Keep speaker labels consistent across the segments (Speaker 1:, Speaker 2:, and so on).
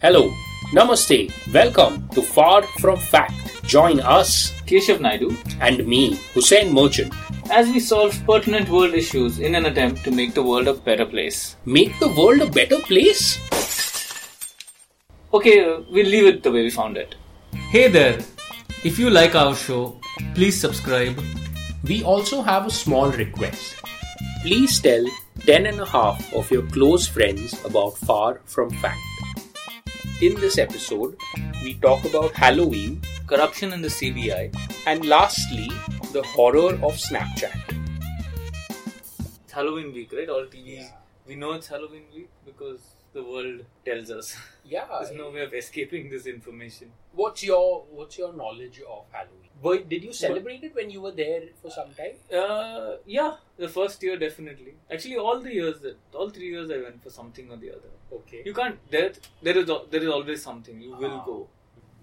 Speaker 1: Hello, Namaste, welcome to Far From Fact. Join us
Speaker 2: Keshav Naidu,
Speaker 1: and me, Hussein Merchant.
Speaker 2: as we solve pertinent world issues in an attempt to make the world a better place.
Speaker 1: Make the world a better place?
Speaker 2: Okay, uh, we'll leave it the way we found it. Hey there! If you like our show, please subscribe.
Speaker 1: We also have a small request. Please tell 10 and a half of your close friends about Far From Fact. In this episode, we talk about Halloween
Speaker 2: Corruption in the CBI.
Speaker 1: and lastly, the horror of Snapchat.
Speaker 2: It's Halloween week, right? All TVs. We know it's Halloween week because the world tells us.
Speaker 1: Yeah.
Speaker 2: There's no way of escaping this information.
Speaker 1: What's your what's your knowledge of Halloween? Were, did you celebrate it when you were there for some time?
Speaker 2: Uh, yeah, the first year definitely. Actually, all the years, that all three years, I went for something or the other.
Speaker 1: Okay.
Speaker 2: You can't. There, there is al- there is always something. You will
Speaker 1: Ah.
Speaker 2: go.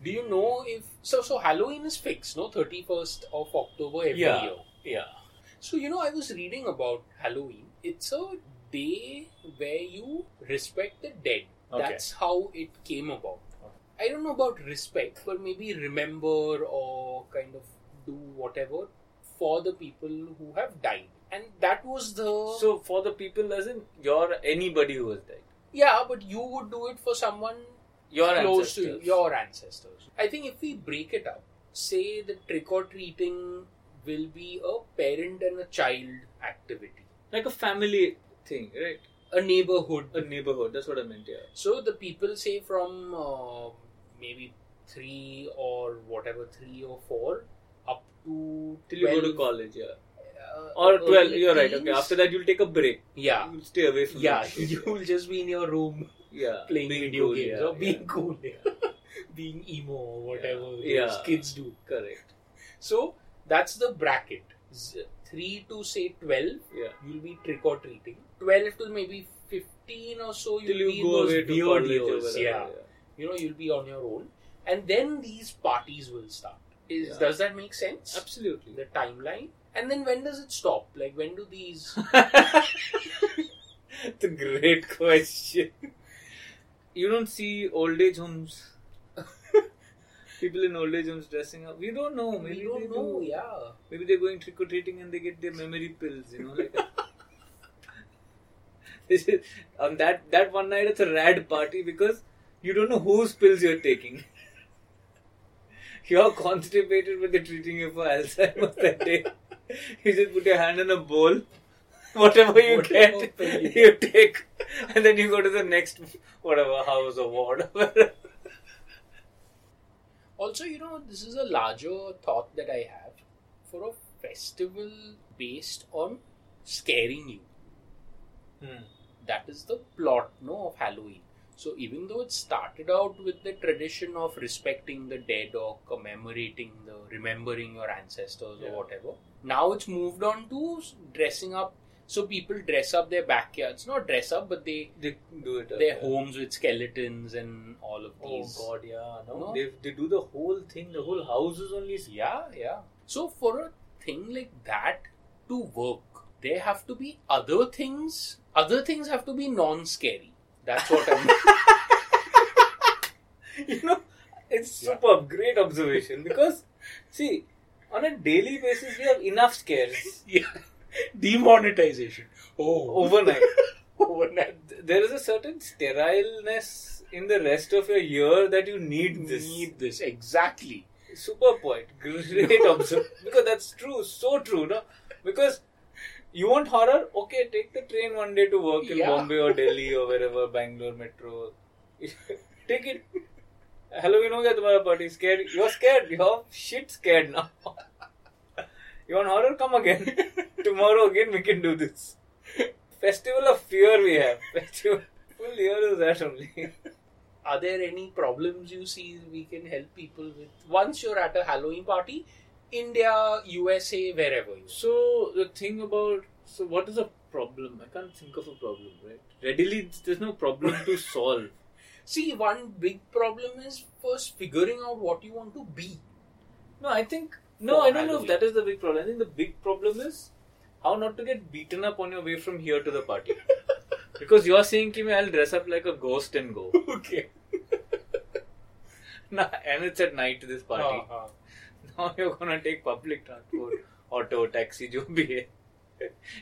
Speaker 1: Do you know if so? So Halloween is fixed, no? Thirty first of October every year.
Speaker 2: yeah.
Speaker 1: So you know, I was reading about Halloween. It's a day where you respect the dead.
Speaker 2: Okay.
Speaker 1: That's how it came about. I don't know about respect, but maybe remember or kind of do whatever for the people who have died. And that was the
Speaker 2: So for the people, as in your anybody who has died,
Speaker 1: yeah. But you would do it for someone
Speaker 2: your
Speaker 1: close to
Speaker 2: ancestors.
Speaker 1: your ancestors. I think if we break it up, say the trick or treating will be a parent and a child activity,
Speaker 2: like a family thing, right?
Speaker 1: a neighborhood.
Speaker 2: A neighborhood. That's what I meant. Yeah.
Speaker 1: So the people say from uh, maybe three or whatever, three or four, up to
Speaker 2: Till you go to
Speaker 1: 12,
Speaker 2: college, yeah.
Speaker 1: uh,
Speaker 2: Or twelve.
Speaker 1: early
Speaker 2: You're right. Okay.
Speaker 1: teens.
Speaker 2: After that, you'll take a break.
Speaker 1: yeah,
Speaker 2: You'll stay away from.
Speaker 1: yeah,
Speaker 2: that shit.
Speaker 1: you'll just be in your room
Speaker 2: yeah.
Speaker 1: playing
Speaker 2: Being
Speaker 1: video
Speaker 2: cool,
Speaker 1: games
Speaker 2: yeah,
Speaker 1: or being
Speaker 2: yeah.
Speaker 1: cool, being emo or whatever
Speaker 2: Yeah.
Speaker 1: those kids do.
Speaker 2: Correct.
Speaker 1: So that's the bracket. Z- 3 to say 12,
Speaker 2: Yeah.
Speaker 1: you'll be trick or treating. 12 to maybe 15 or so,
Speaker 2: Till
Speaker 1: you'll be
Speaker 2: you go
Speaker 1: in those
Speaker 2: away to
Speaker 1: weird
Speaker 2: college. or
Speaker 1: years.
Speaker 2: wherever,
Speaker 1: Yeah. You know, you'll be on your own. And then these parties will start. Is,
Speaker 2: Yeah.
Speaker 1: Does that make sense?
Speaker 2: Absolutely.
Speaker 1: The timeline. And then when does it stop? Like, when do these.
Speaker 2: It's a great question. You don't see old age homes. People in old age homes dressing up. We don't know. Maybe
Speaker 1: we
Speaker 2: they
Speaker 1: don't know,
Speaker 2: do.
Speaker 1: yeah.
Speaker 2: Maybe they're going trick or treating and they get their memory pills. You know, like this is on that that one night it's a rad party because you don't know whose pills you're taking. You're constipated when they're treating you for Alzheimer's that day. You just put your hand in a bowl. Whatever you
Speaker 1: Whatever
Speaker 2: get,
Speaker 1: pill you
Speaker 2: you take, and then you go to the next whatever house or ward.
Speaker 1: Hmm. Also, you know, this is a larger thought that I have for a festival based on scaring you.
Speaker 2: Hmm.
Speaker 1: That is the plot, no, of Halloween. So even though it started out with the tradition of respecting the dead or commemorating the remembering your ancestors
Speaker 2: Yeah.
Speaker 1: or whatever, now it's moved on to s- dressing up. So people dress up their backyards, not dress up, but they
Speaker 2: They do it.
Speaker 1: their
Speaker 2: uh,
Speaker 1: homes with skeletons and all of
Speaker 2: Oh
Speaker 1: these.
Speaker 2: God, yeah, no,
Speaker 1: No?
Speaker 2: They, they do the whole thing. The whole house is only
Speaker 1: Yeah, yeah. So for a thing like that to work, there have to be other things. Other things have to be non-scary. That's what I'm.
Speaker 2: you know, it's
Speaker 1: Yeah.
Speaker 2: superb, great observation. Because, see, on a daily basis, we have enough scares
Speaker 1: yeah. Demonetization. Oh,
Speaker 2: overnight.
Speaker 1: overnight.
Speaker 2: there is a certain sterileness in the rest of your year that you need this.
Speaker 1: Need this exactly.
Speaker 2: Super point, great observation. Because that's true, so true, no? Because you want horror? Okay, take the train one day to work in
Speaker 1: Yeah.
Speaker 2: Bombay or Delhi or wherever, Bangalore metro. take it. Halloween ho gaya tumhara party. Scared. You're scared. You're shit scared now. you want horror? Come again. Tomorrow again we can do this. Festival of fear we have. Festival full year is that only.
Speaker 1: are there any problems you see we can help people with once you're at a Halloween party, India, USA, wherever you are?
Speaker 2: So the thing about so what is a problem? I can't think of a problem, right? Readily, there's no problem to solve.
Speaker 1: See, one big problem is first figuring out what you want to be.
Speaker 2: No, I think no.
Speaker 1: For
Speaker 2: I don't know
Speaker 1: Halloween.
Speaker 2: if that is the big problem. I think the big problem is how not to get beaten up on your way from here to the party. because you're saying, "Ki, I'll dress up like a ghost and go,"
Speaker 1: Okay.
Speaker 2: Nah, and it's at night this party.
Speaker 1: Uh-huh.
Speaker 2: Now you're gonna take public transport, auto, taxi, जो भी है.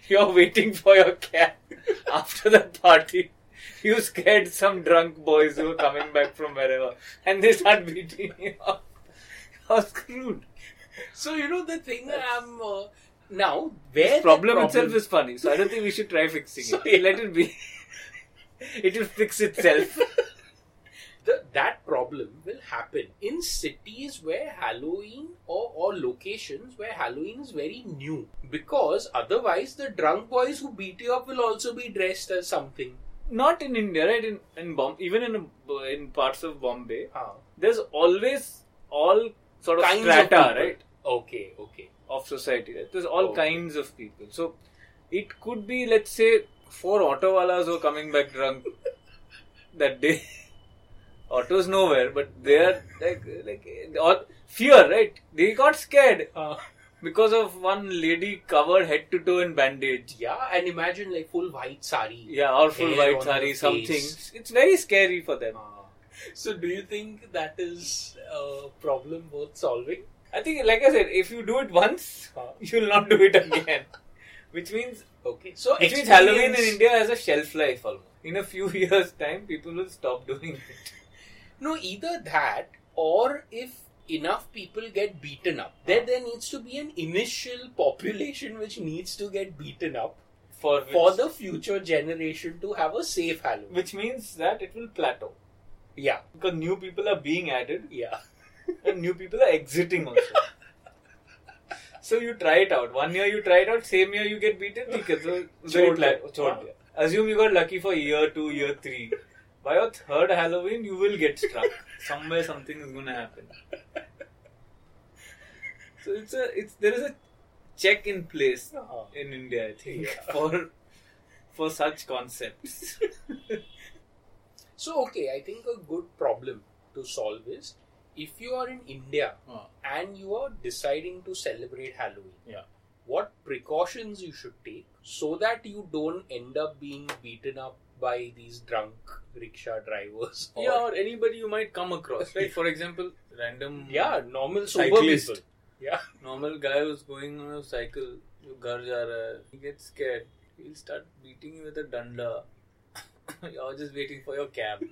Speaker 2: You're waiting for your cab after the party. You scared some drunk boys who are coming back from wherever, and they start beating you up. You're screwed.
Speaker 1: So you know the thing I'm uh, now where
Speaker 2: problem,
Speaker 1: the
Speaker 2: itself is funny, so I don't think we should try fixing
Speaker 1: So,
Speaker 2: it. Let it be. it will fix itself.
Speaker 1: the, that problem will happen in cities where Halloween or, or locations where Halloween is very new because otherwise the drunk boys who beat you up will also be dressed as something.
Speaker 2: Not in India, right? In in Bomb, even in in parts of Bombay,
Speaker 1: Ah.
Speaker 2: there's always all sort of
Speaker 1: Kinds of
Speaker 2: strata,
Speaker 1: people.
Speaker 2: right?
Speaker 1: Okay, okay.
Speaker 2: of society. Right? There's all
Speaker 1: Okay.
Speaker 2: kinds of people. So it could be, let's say, four auto wallahs who are coming back drunk that day. Autos nowhere, but they are like like eh, or fear, right? They got scared
Speaker 1: Uh.
Speaker 2: because of one lady covered head to toe in bandage.
Speaker 1: Yeah, and imagine like full white sari.
Speaker 2: Yeah, or full
Speaker 1: Hair
Speaker 2: white
Speaker 1: on
Speaker 2: sari,
Speaker 1: the
Speaker 2: something.
Speaker 1: face.
Speaker 2: It's very scary for them.
Speaker 1: Ah. So do you think that is a problem worth solving?
Speaker 2: I think, like I said, if you do it once,
Speaker 1: Huh.
Speaker 2: you'll not do it again. Which means
Speaker 1: Okay. So
Speaker 2: Which means Halloween in
Speaker 1: experience-
Speaker 2: India has a shelf life almost. In a few years' time, people will stop doing it.
Speaker 1: No, either that or if enough people get beaten up, then
Speaker 2: Hmm.
Speaker 1: there needs to be an initial population which needs to get beaten up
Speaker 2: For
Speaker 1: for the future generation to have a safe Halloween.
Speaker 2: which means that it will plateau
Speaker 1: yeah,
Speaker 2: because new people are being added
Speaker 1: yeah.
Speaker 2: and new people are exiting also. so you try it out. One year you try it out. Same year you get beaten. ठीक है, So
Speaker 1: छोड़
Speaker 2: then it
Speaker 1: दिया.
Speaker 2: pla- छोड़ दिया. Assume you got lucky for year two, year three. By your third Halloween, you will get struck. Somewhere something is gonna happen. So it's a it's there is a check in place
Speaker 1: Uh-huh.
Speaker 2: in India, I think,
Speaker 1: Yeah.
Speaker 2: for for such concepts.
Speaker 1: So okay, I think a good problem to solve is if you are in India and you are deciding to celebrate Halloween.
Speaker 2: Hmm. Yeah.
Speaker 1: What precautions you should take so that you don't end up being beaten up by these drunk rickshaw drivers or
Speaker 2: yeah, or anybody you might come across, right? For example, random
Speaker 1: Yeah, normal sober
Speaker 2: Cyclist.
Speaker 1: people. Yeah.
Speaker 2: normal guy who's going on a cycle, जो घर जा रहा है, he gets scared. He'll start beating you with a danda. You're just waiting for your cab.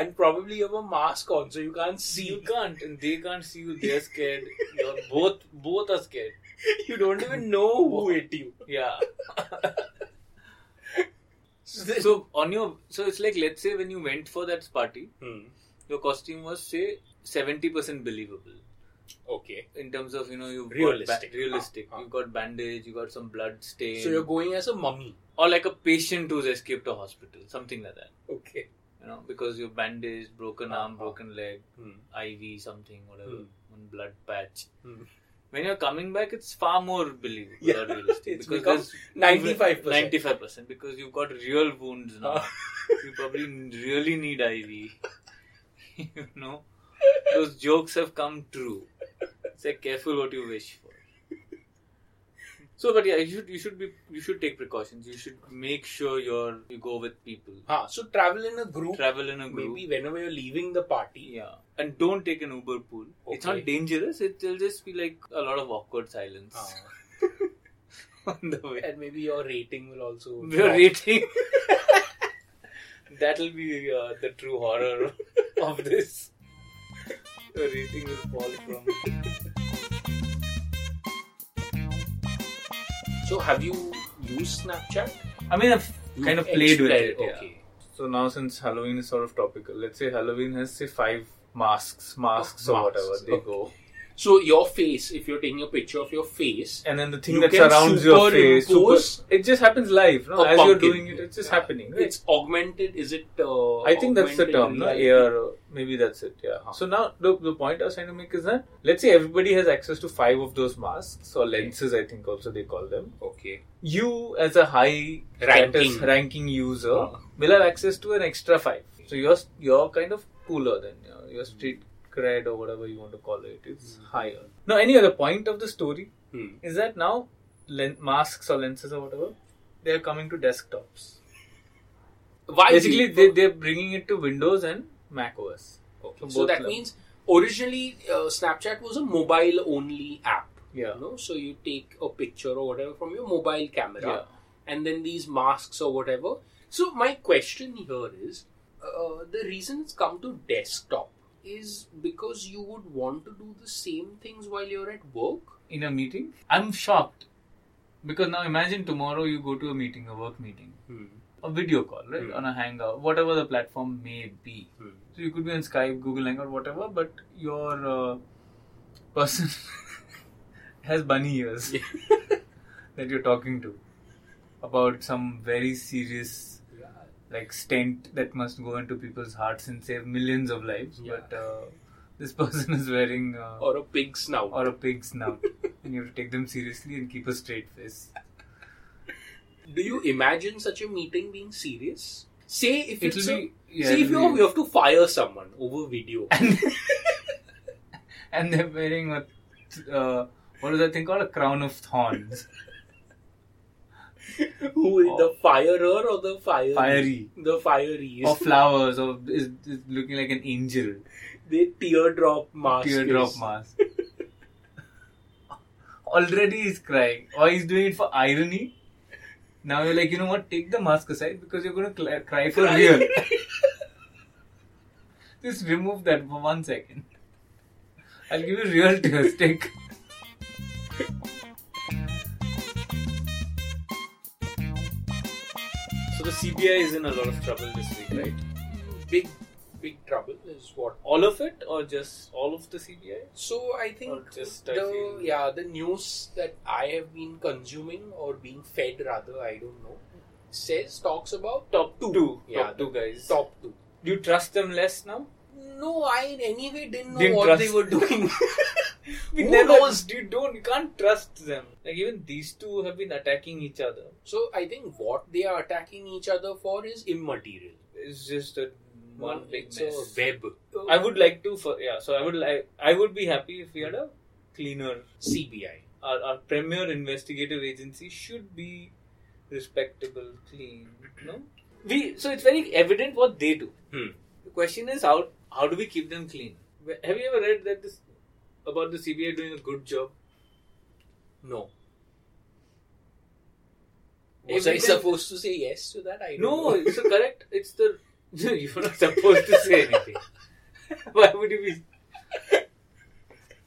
Speaker 1: And probably you have a mask on, so you can't
Speaker 2: You
Speaker 1: see.
Speaker 2: can't, and they can't see you. They're scared. You're both both are scared.
Speaker 1: You don't even know who hit you.
Speaker 2: Yeah.
Speaker 1: So then-
Speaker 2: So on your so it's like let's say when you went for that party,
Speaker 1: Hmm.
Speaker 2: your costume was say seventy percent believable.
Speaker 1: Okay.
Speaker 2: in terms of you know you've
Speaker 1: Realistic.
Speaker 2: got ba- realistic
Speaker 1: Ah, ah.
Speaker 2: you've got bandage you got some blood stain
Speaker 1: So you're going as a mummy.
Speaker 2: or like a patient who's escaped a hospital something like that
Speaker 1: Okay.
Speaker 2: you know because you're bandaged broken
Speaker 1: Ah,
Speaker 2: arm
Speaker 1: ah.
Speaker 2: broken leg
Speaker 1: Hmm.
Speaker 2: iv something whatever
Speaker 1: Hmm.
Speaker 2: one blood patch
Speaker 1: Hmm.
Speaker 2: when you're coming back it's far more believable
Speaker 1: Yeah.
Speaker 2: or realistic
Speaker 1: It's become
Speaker 2: because there's-
Speaker 1: 95%.
Speaker 2: 95% because you've got real wounds now
Speaker 1: Ah.
Speaker 2: you probably really need iv you know those jokes have come true Say careful what you wish for. So, but yeah, you should you should be you should take precautions. You should make sure you're you go with people,
Speaker 1: Huh. So travel in a group.
Speaker 2: travel in a group,
Speaker 1: Maybe whenever you're leaving the party.
Speaker 2: yeah, and don't take an Uber pool. It's
Speaker 1: Okay.
Speaker 2: not dangerous. It, will just be like a lot of awkward silence
Speaker 1: Ah.
Speaker 2: on the way.
Speaker 1: and maybe your rating will also.
Speaker 2: Your
Speaker 1: drop.
Speaker 2: rating. That'll be uh, the true horror of this. Your rating will fall from.
Speaker 1: So have you used Snapchat?
Speaker 2: I mean, I've kind of played with it.
Speaker 1: Explored-
Speaker 2: yeah.
Speaker 1: Okay.
Speaker 2: So now since Halloween is sort of topical, let's say Halloween has say five masks, masks
Speaker 1: Oh,
Speaker 2: or
Speaker 1: masks,
Speaker 2: whatever they
Speaker 1: okay.
Speaker 2: go.
Speaker 1: So your face, if you're taking a picture of your face,
Speaker 2: and then the thing
Speaker 1: You
Speaker 2: that
Speaker 1: can
Speaker 2: surrounds your face.
Speaker 1: superimpose
Speaker 2: super- it just happens live, no?
Speaker 1: a
Speaker 2: As you're
Speaker 1: pumpkin.
Speaker 2: doing it, it's just
Speaker 1: Yeah.
Speaker 2: happening. Right?
Speaker 1: It's augmented. Is it? Uh,
Speaker 2: I think that's the
Speaker 1: augmented
Speaker 2: term, no?
Speaker 1: reality?
Speaker 2: AR, or maybe that's it, yeah.
Speaker 1: Uh-huh.
Speaker 2: So now, the, the point I was trying to make is that, let's say everybody has access to five of those masks, or lenses, I think also they call them.
Speaker 1: Okay.
Speaker 2: You, as a high
Speaker 1: Ranking.
Speaker 2: status ranking user,
Speaker 1: Uh-huh.
Speaker 2: will have access to an extra five. So you're, you're kind of cooler than you know, your street cred or whatever you want to call it. It's higher. Now, any other point of the story
Speaker 1: Hmm.
Speaker 2: is that now len- masks or lenses or whatever, they're coming to desktops.
Speaker 1: Why
Speaker 2: Basically,
Speaker 1: do-
Speaker 2: they, they're bringing it to Windows and Mac OS.
Speaker 1: Okay.
Speaker 2: So
Speaker 1: So
Speaker 2: both
Speaker 1: that
Speaker 2: levels.
Speaker 1: means originally uh, Snapchat was a mobile only app.
Speaker 2: Yeah.
Speaker 1: You know? So you take a picture or whatever from your mobile camera
Speaker 2: Yeah.
Speaker 1: and then these masks or whatever. So my question here is uh, the reason it's come to desktop is because you would want to do the same things while you're at work?
Speaker 2: In a meeting, I'm shocked because now imagine tomorrow you go to a meeting, a work meeting,
Speaker 1: Hmm.
Speaker 2: a video call, right,
Speaker 1: Hmm.
Speaker 2: on a Hangout, whatever the platform may be.
Speaker 1: Hmm.
Speaker 2: So you could be on Skype, Google Hangout, whatever, but your uh, person has bunny ears that you're talking to about some very serious like stent that must go into people's hearts and save millions of lives.
Speaker 1: Yeah. Oh.
Speaker 2: But uh, this person is wearing uh,
Speaker 1: Or a pig snout.
Speaker 2: or a pig snout, and you have to take them seriously and keep a straight face.
Speaker 1: Do you imagine such a meeting being serious? Say if
Speaker 2: It'll
Speaker 1: it's a-
Speaker 2: be- yeah,
Speaker 1: say if
Speaker 2: it'll
Speaker 1: you
Speaker 2: be-
Speaker 1: you have to fire someone over video.
Speaker 2: And they're wearing a uh, what is that thing called a crown of thorns,
Speaker 1: Who will
Speaker 2: Oh.
Speaker 1: the firer or the fiery?
Speaker 2: Fiery.
Speaker 1: The fiery.
Speaker 2: or flowers, or is, is looking like an angel,
Speaker 1: the teardrop mask.
Speaker 2: teardrop
Speaker 1: is-
Speaker 2: mask. Already he's crying, or he's doing it for irony. Now you're like, you know what? Take the mask aside because you're gonna cl- cry for real. Just remove that for one second. I'll give you real tears. Take.
Speaker 3: So the CBI is in a lot of trouble this week, right?
Speaker 1: Big, big trouble is what.
Speaker 3: All of it, or just all of the CBI?
Speaker 1: So I
Speaker 3: Or
Speaker 1: think
Speaker 3: just I
Speaker 1: the
Speaker 3: feel-
Speaker 1: yeah the news that I have been consuming or being fed rather I don't know says talks about
Speaker 3: Top two. Two.
Speaker 1: yeah
Speaker 3: Top
Speaker 1: the
Speaker 3: two guys.
Speaker 1: top two.
Speaker 3: Do you trust them less now?
Speaker 1: No, I anyway didn't know
Speaker 2: Didn't
Speaker 1: what
Speaker 2: trust.
Speaker 1: they were doing.
Speaker 3: We
Speaker 1: Who
Speaker 3: never,
Speaker 1: knows?
Speaker 3: You don't. You can't trust them. Like even these two have been attacking each other.
Speaker 1: So I think what they are attacking each other for is immaterial.
Speaker 3: It's just a one big
Speaker 1: it's
Speaker 3: mess. Oh.
Speaker 1: a web.
Speaker 3: I would like to. For, yeah. So I would like. I would be happy if we had a cleaner.
Speaker 1: CBI.
Speaker 3: Our, our premier investigative agency should be respectable, clean. No. We. So it's very evident what they do.
Speaker 1: Hmm.
Speaker 3: The question is how how do we keep them clean? Wh- Have you ever read that this about the CBI doing a good job?
Speaker 1: No.
Speaker 3: Was
Speaker 1: Was
Speaker 3: I
Speaker 1: I supposed to say yes to that? I don't
Speaker 3: No,
Speaker 1: know.
Speaker 3: it's the correct. It's the you're not supposed to say anything. Why would you be?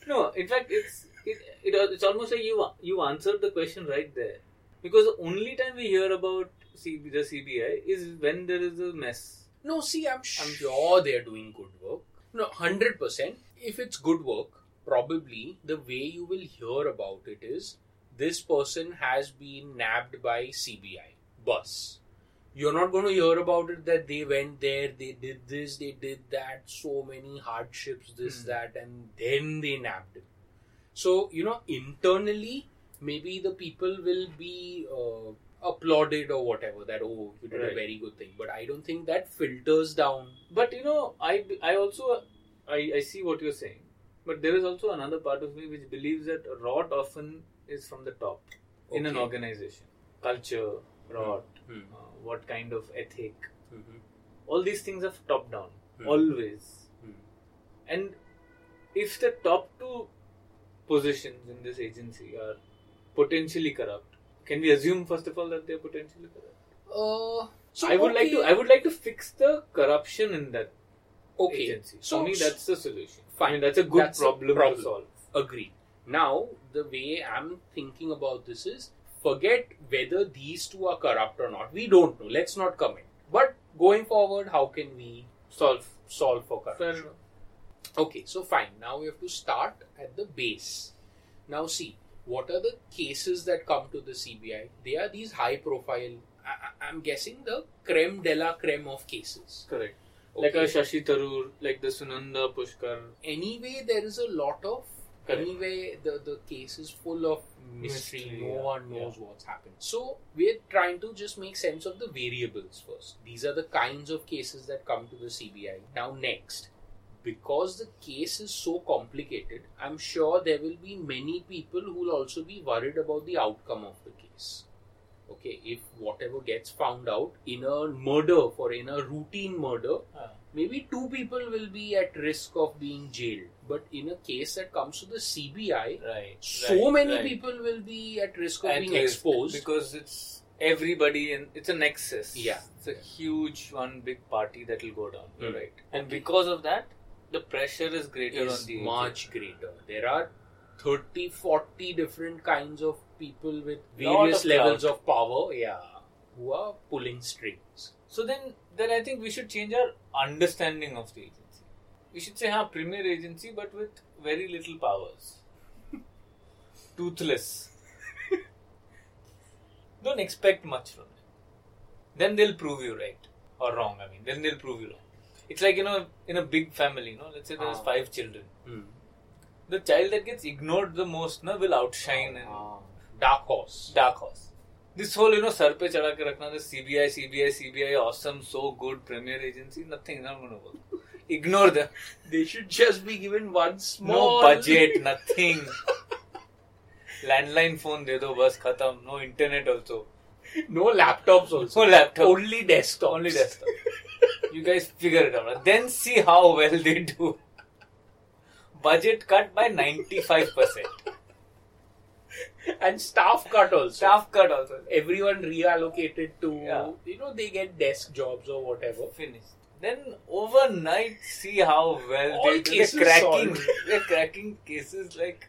Speaker 3: No, in fact, it's it, it it's almost like you you answered the question right there, because the only time we hear about CB, the CBI is when there is a mess.
Speaker 1: No, see, I'm sure they're doing good work. No, 100%. If it's good work, probably the way you will hear about it is this person has been nabbed by CBI. Bus. You're not going to hear about it that they went there, they did this, they did that, so many hardships, this,
Speaker 3: Hmm.
Speaker 1: that, and then they nabbed him. So, you know, internally, maybe the people will be uh, applauded or whatever that, oh, you did
Speaker 3: Right.
Speaker 1: a very good thing. But I don't think that filters down.
Speaker 3: But you know, I I also I I see what you're saying, but there is also another part of me which believes that rot often is from the top in an
Speaker 1: Okay.
Speaker 3: organization, culture, rot.
Speaker 1: Hmm.
Speaker 3: uh, what kind of ethic. Mm-hmm. All these things are top down,
Speaker 1: Hmm.
Speaker 3: always.
Speaker 1: Hmm.
Speaker 3: And if the top two positions in this agency are potentially corrupt, can we assume first of all that they are potentially corrupt?
Speaker 1: Uh, so
Speaker 3: I would like to.
Speaker 1: okay.
Speaker 3: I would like to fix the corruption in that
Speaker 1: Okay.
Speaker 3: agency.
Speaker 1: So-
Speaker 3: For me, that's the solution. I
Speaker 1: Fine.
Speaker 3: mean, that's a good
Speaker 1: That's a
Speaker 3: problem,
Speaker 1: problem.
Speaker 3: to solve.
Speaker 1: Agree. Now, the way I'm thinking about this is forget whether these two are corrupt or not. We don't know. Let's not comment. But going forward, how can we
Speaker 3: Solve.
Speaker 1: solve for corruption?
Speaker 3: Fair enough.
Speaker 1: Okay, so fine. Now we have to start at the base. Now see, what are the cases that come to the CBI? They are these high profile, I, I, I'm guessing the creme de la creme of cases.
Speaker 2: Correct. Like
Speaker 1: Okay.
Speaker 2: a Shashi Tharoor, like the Sunanda Pushkar.
Speaker 1: anyway, there is a lot of.
Speaker 2: Correct.
Speaker 1: Anyway, the, the case is full of mystery.
Speaker 2: Mystery,
Speaker 1: no
Speaker 2: yeah,
Speaker 1: one knows what's happened. So, we're trying to just make sense of the variables first. These are the kinds of cases that come to the CBI. Now, next, because the case is so complicated, I'm sure there will be many people who will also be worried about the outcome of the case. Okay, if whatever gets found out in a murder, for in a routine murder, maybe two people will be at risk of being jailed. But in a case that comes to the CBI,
Speaker 2: Right.
Speaker 1: so
Speaker 2: right,
Speaker 1: many
Speaker 2: right.
Speaker 1: people will be at risk of
Speaker 2: At
Speaker 1: being
Speaker 2: risk,
Speaker 1: exposed.
Speaker 2: because it's everybody and it's a nexus.
Speaker 1: Yeah.
Speaker 2: it's a huge one big party that will go down. You're
Speaker 1: Mm.
Speaker 2: right, and because of that, the pressure is greater
Speaker 1: is
Speaker 2: on the
Speaker 1: much greater. There are 30, 40 different kinds of people with
Speaker 2: Lot
Speaker 1: various
Speaker 2: of
Speaker 1: levels of power, yeah, who are pulling strings.
Speaker 2: So then, then I think we should change our understanding of the agency. We should say, "Ha, premier agency, but with very little powers, toothless. Don't expect much from them. Then they'll prove you right or wrong. I mean, then they'll prove you wrong. It's like you know, in a big family, you know, let's say there's
Speaker 1: Ah.
Speaker 2: five children.
Speaker 1: Hmm.
Speaker 2: The child that gets ignored the most, na, will outshine and uh,
Speaker 1: Ah, dark horse.
Speaker 2: dark horse. This whole, you know, सर पे चढ़ा के रखना the CBI, CBI, CBI, awesome, so good, premier agency, nothing, not gonna work. Ignore them.
Speaker 1: They should just be given one
Speaker 2: No
Speaker 1: small
Speaker 2: budget, nothing. Landline phone दे दो बस खत्म. No internet also.
Speaker 1: no laptops also.
Speaker 2: No laptop.
Speaker 1: Only desktops.
Speaker 2: Only desktop. You guys figure it out. Then see how well they do. Budget cut by 95%.
Speaker 1: and staff cut also.
Speaker 2: Staff cut also.
Speaker 1: everyone reallocated to
Speaker 2: Yeah.
Speaker 1: you know they get desk jobs or whatever
Speaker 2: finished. Then overnight, see how well
Speaker 1: All
Speaker 2: they do.
Speaker 1: cases
Speaker 2: They're cracking.
Speaker 1: solved.
Speaker 2: They're cracking cases like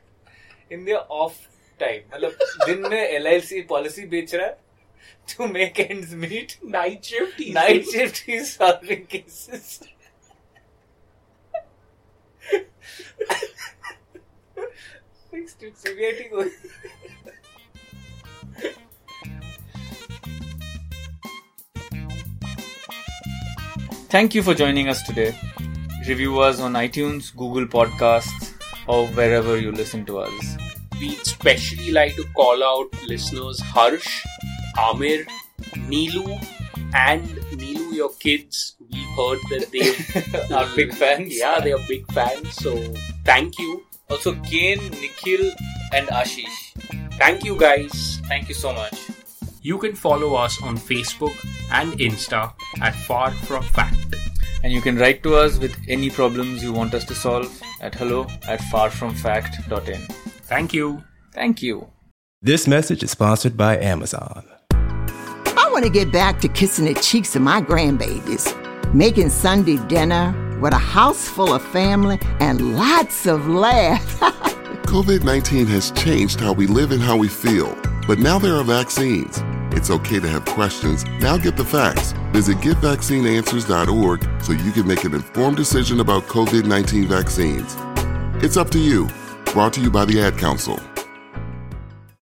Speaker 2: in their off time. मतलब दिन में LIC policy बेच रहा है to make ends meet.
Speaker 1: night shift is-
Speaker 2: Night shift he's solving cases. Fixed it. CBI ठीक हो Thank you for joining us today. Review us on iTunes, Google Podcasts, or wherever you listen to us.
Speaker 1: we'd specially like to call out listeners harsh amir neelu and neelu your kids we heard that they
Speaker 2: Are big fans.
Speaker 1: yeah they are big fans so thank you
Speaker 2: Also, Kane, Nikhil, and Ashish.
Speaker 1: thank you guys
Speaker 2: Thank you so much.
Speaker 1: you can follow us on facebook and insta at far from fact
Speaker 2: And you can write to us with any problems you want us to solve at hello at farfromfact.in.
Speaker 1: thank you
Speaker 2: Thank you.
Speaker 4: This message is sponsored by Amazon.
Speaker 5: I want to get back to kissing the cheeks of my grandbabies, making Sunday dinner with a house full of family and lots of laughs.
Speaker 6: COVID 19 has changed how we live and how we feel, but now there are vaccines. It's okay to have questions. Now get the facts. Visit getvaccineanswers.org so you can make an informed decision about COVID 19 vaccines. It's up to you. Brought to you by the Ad Council.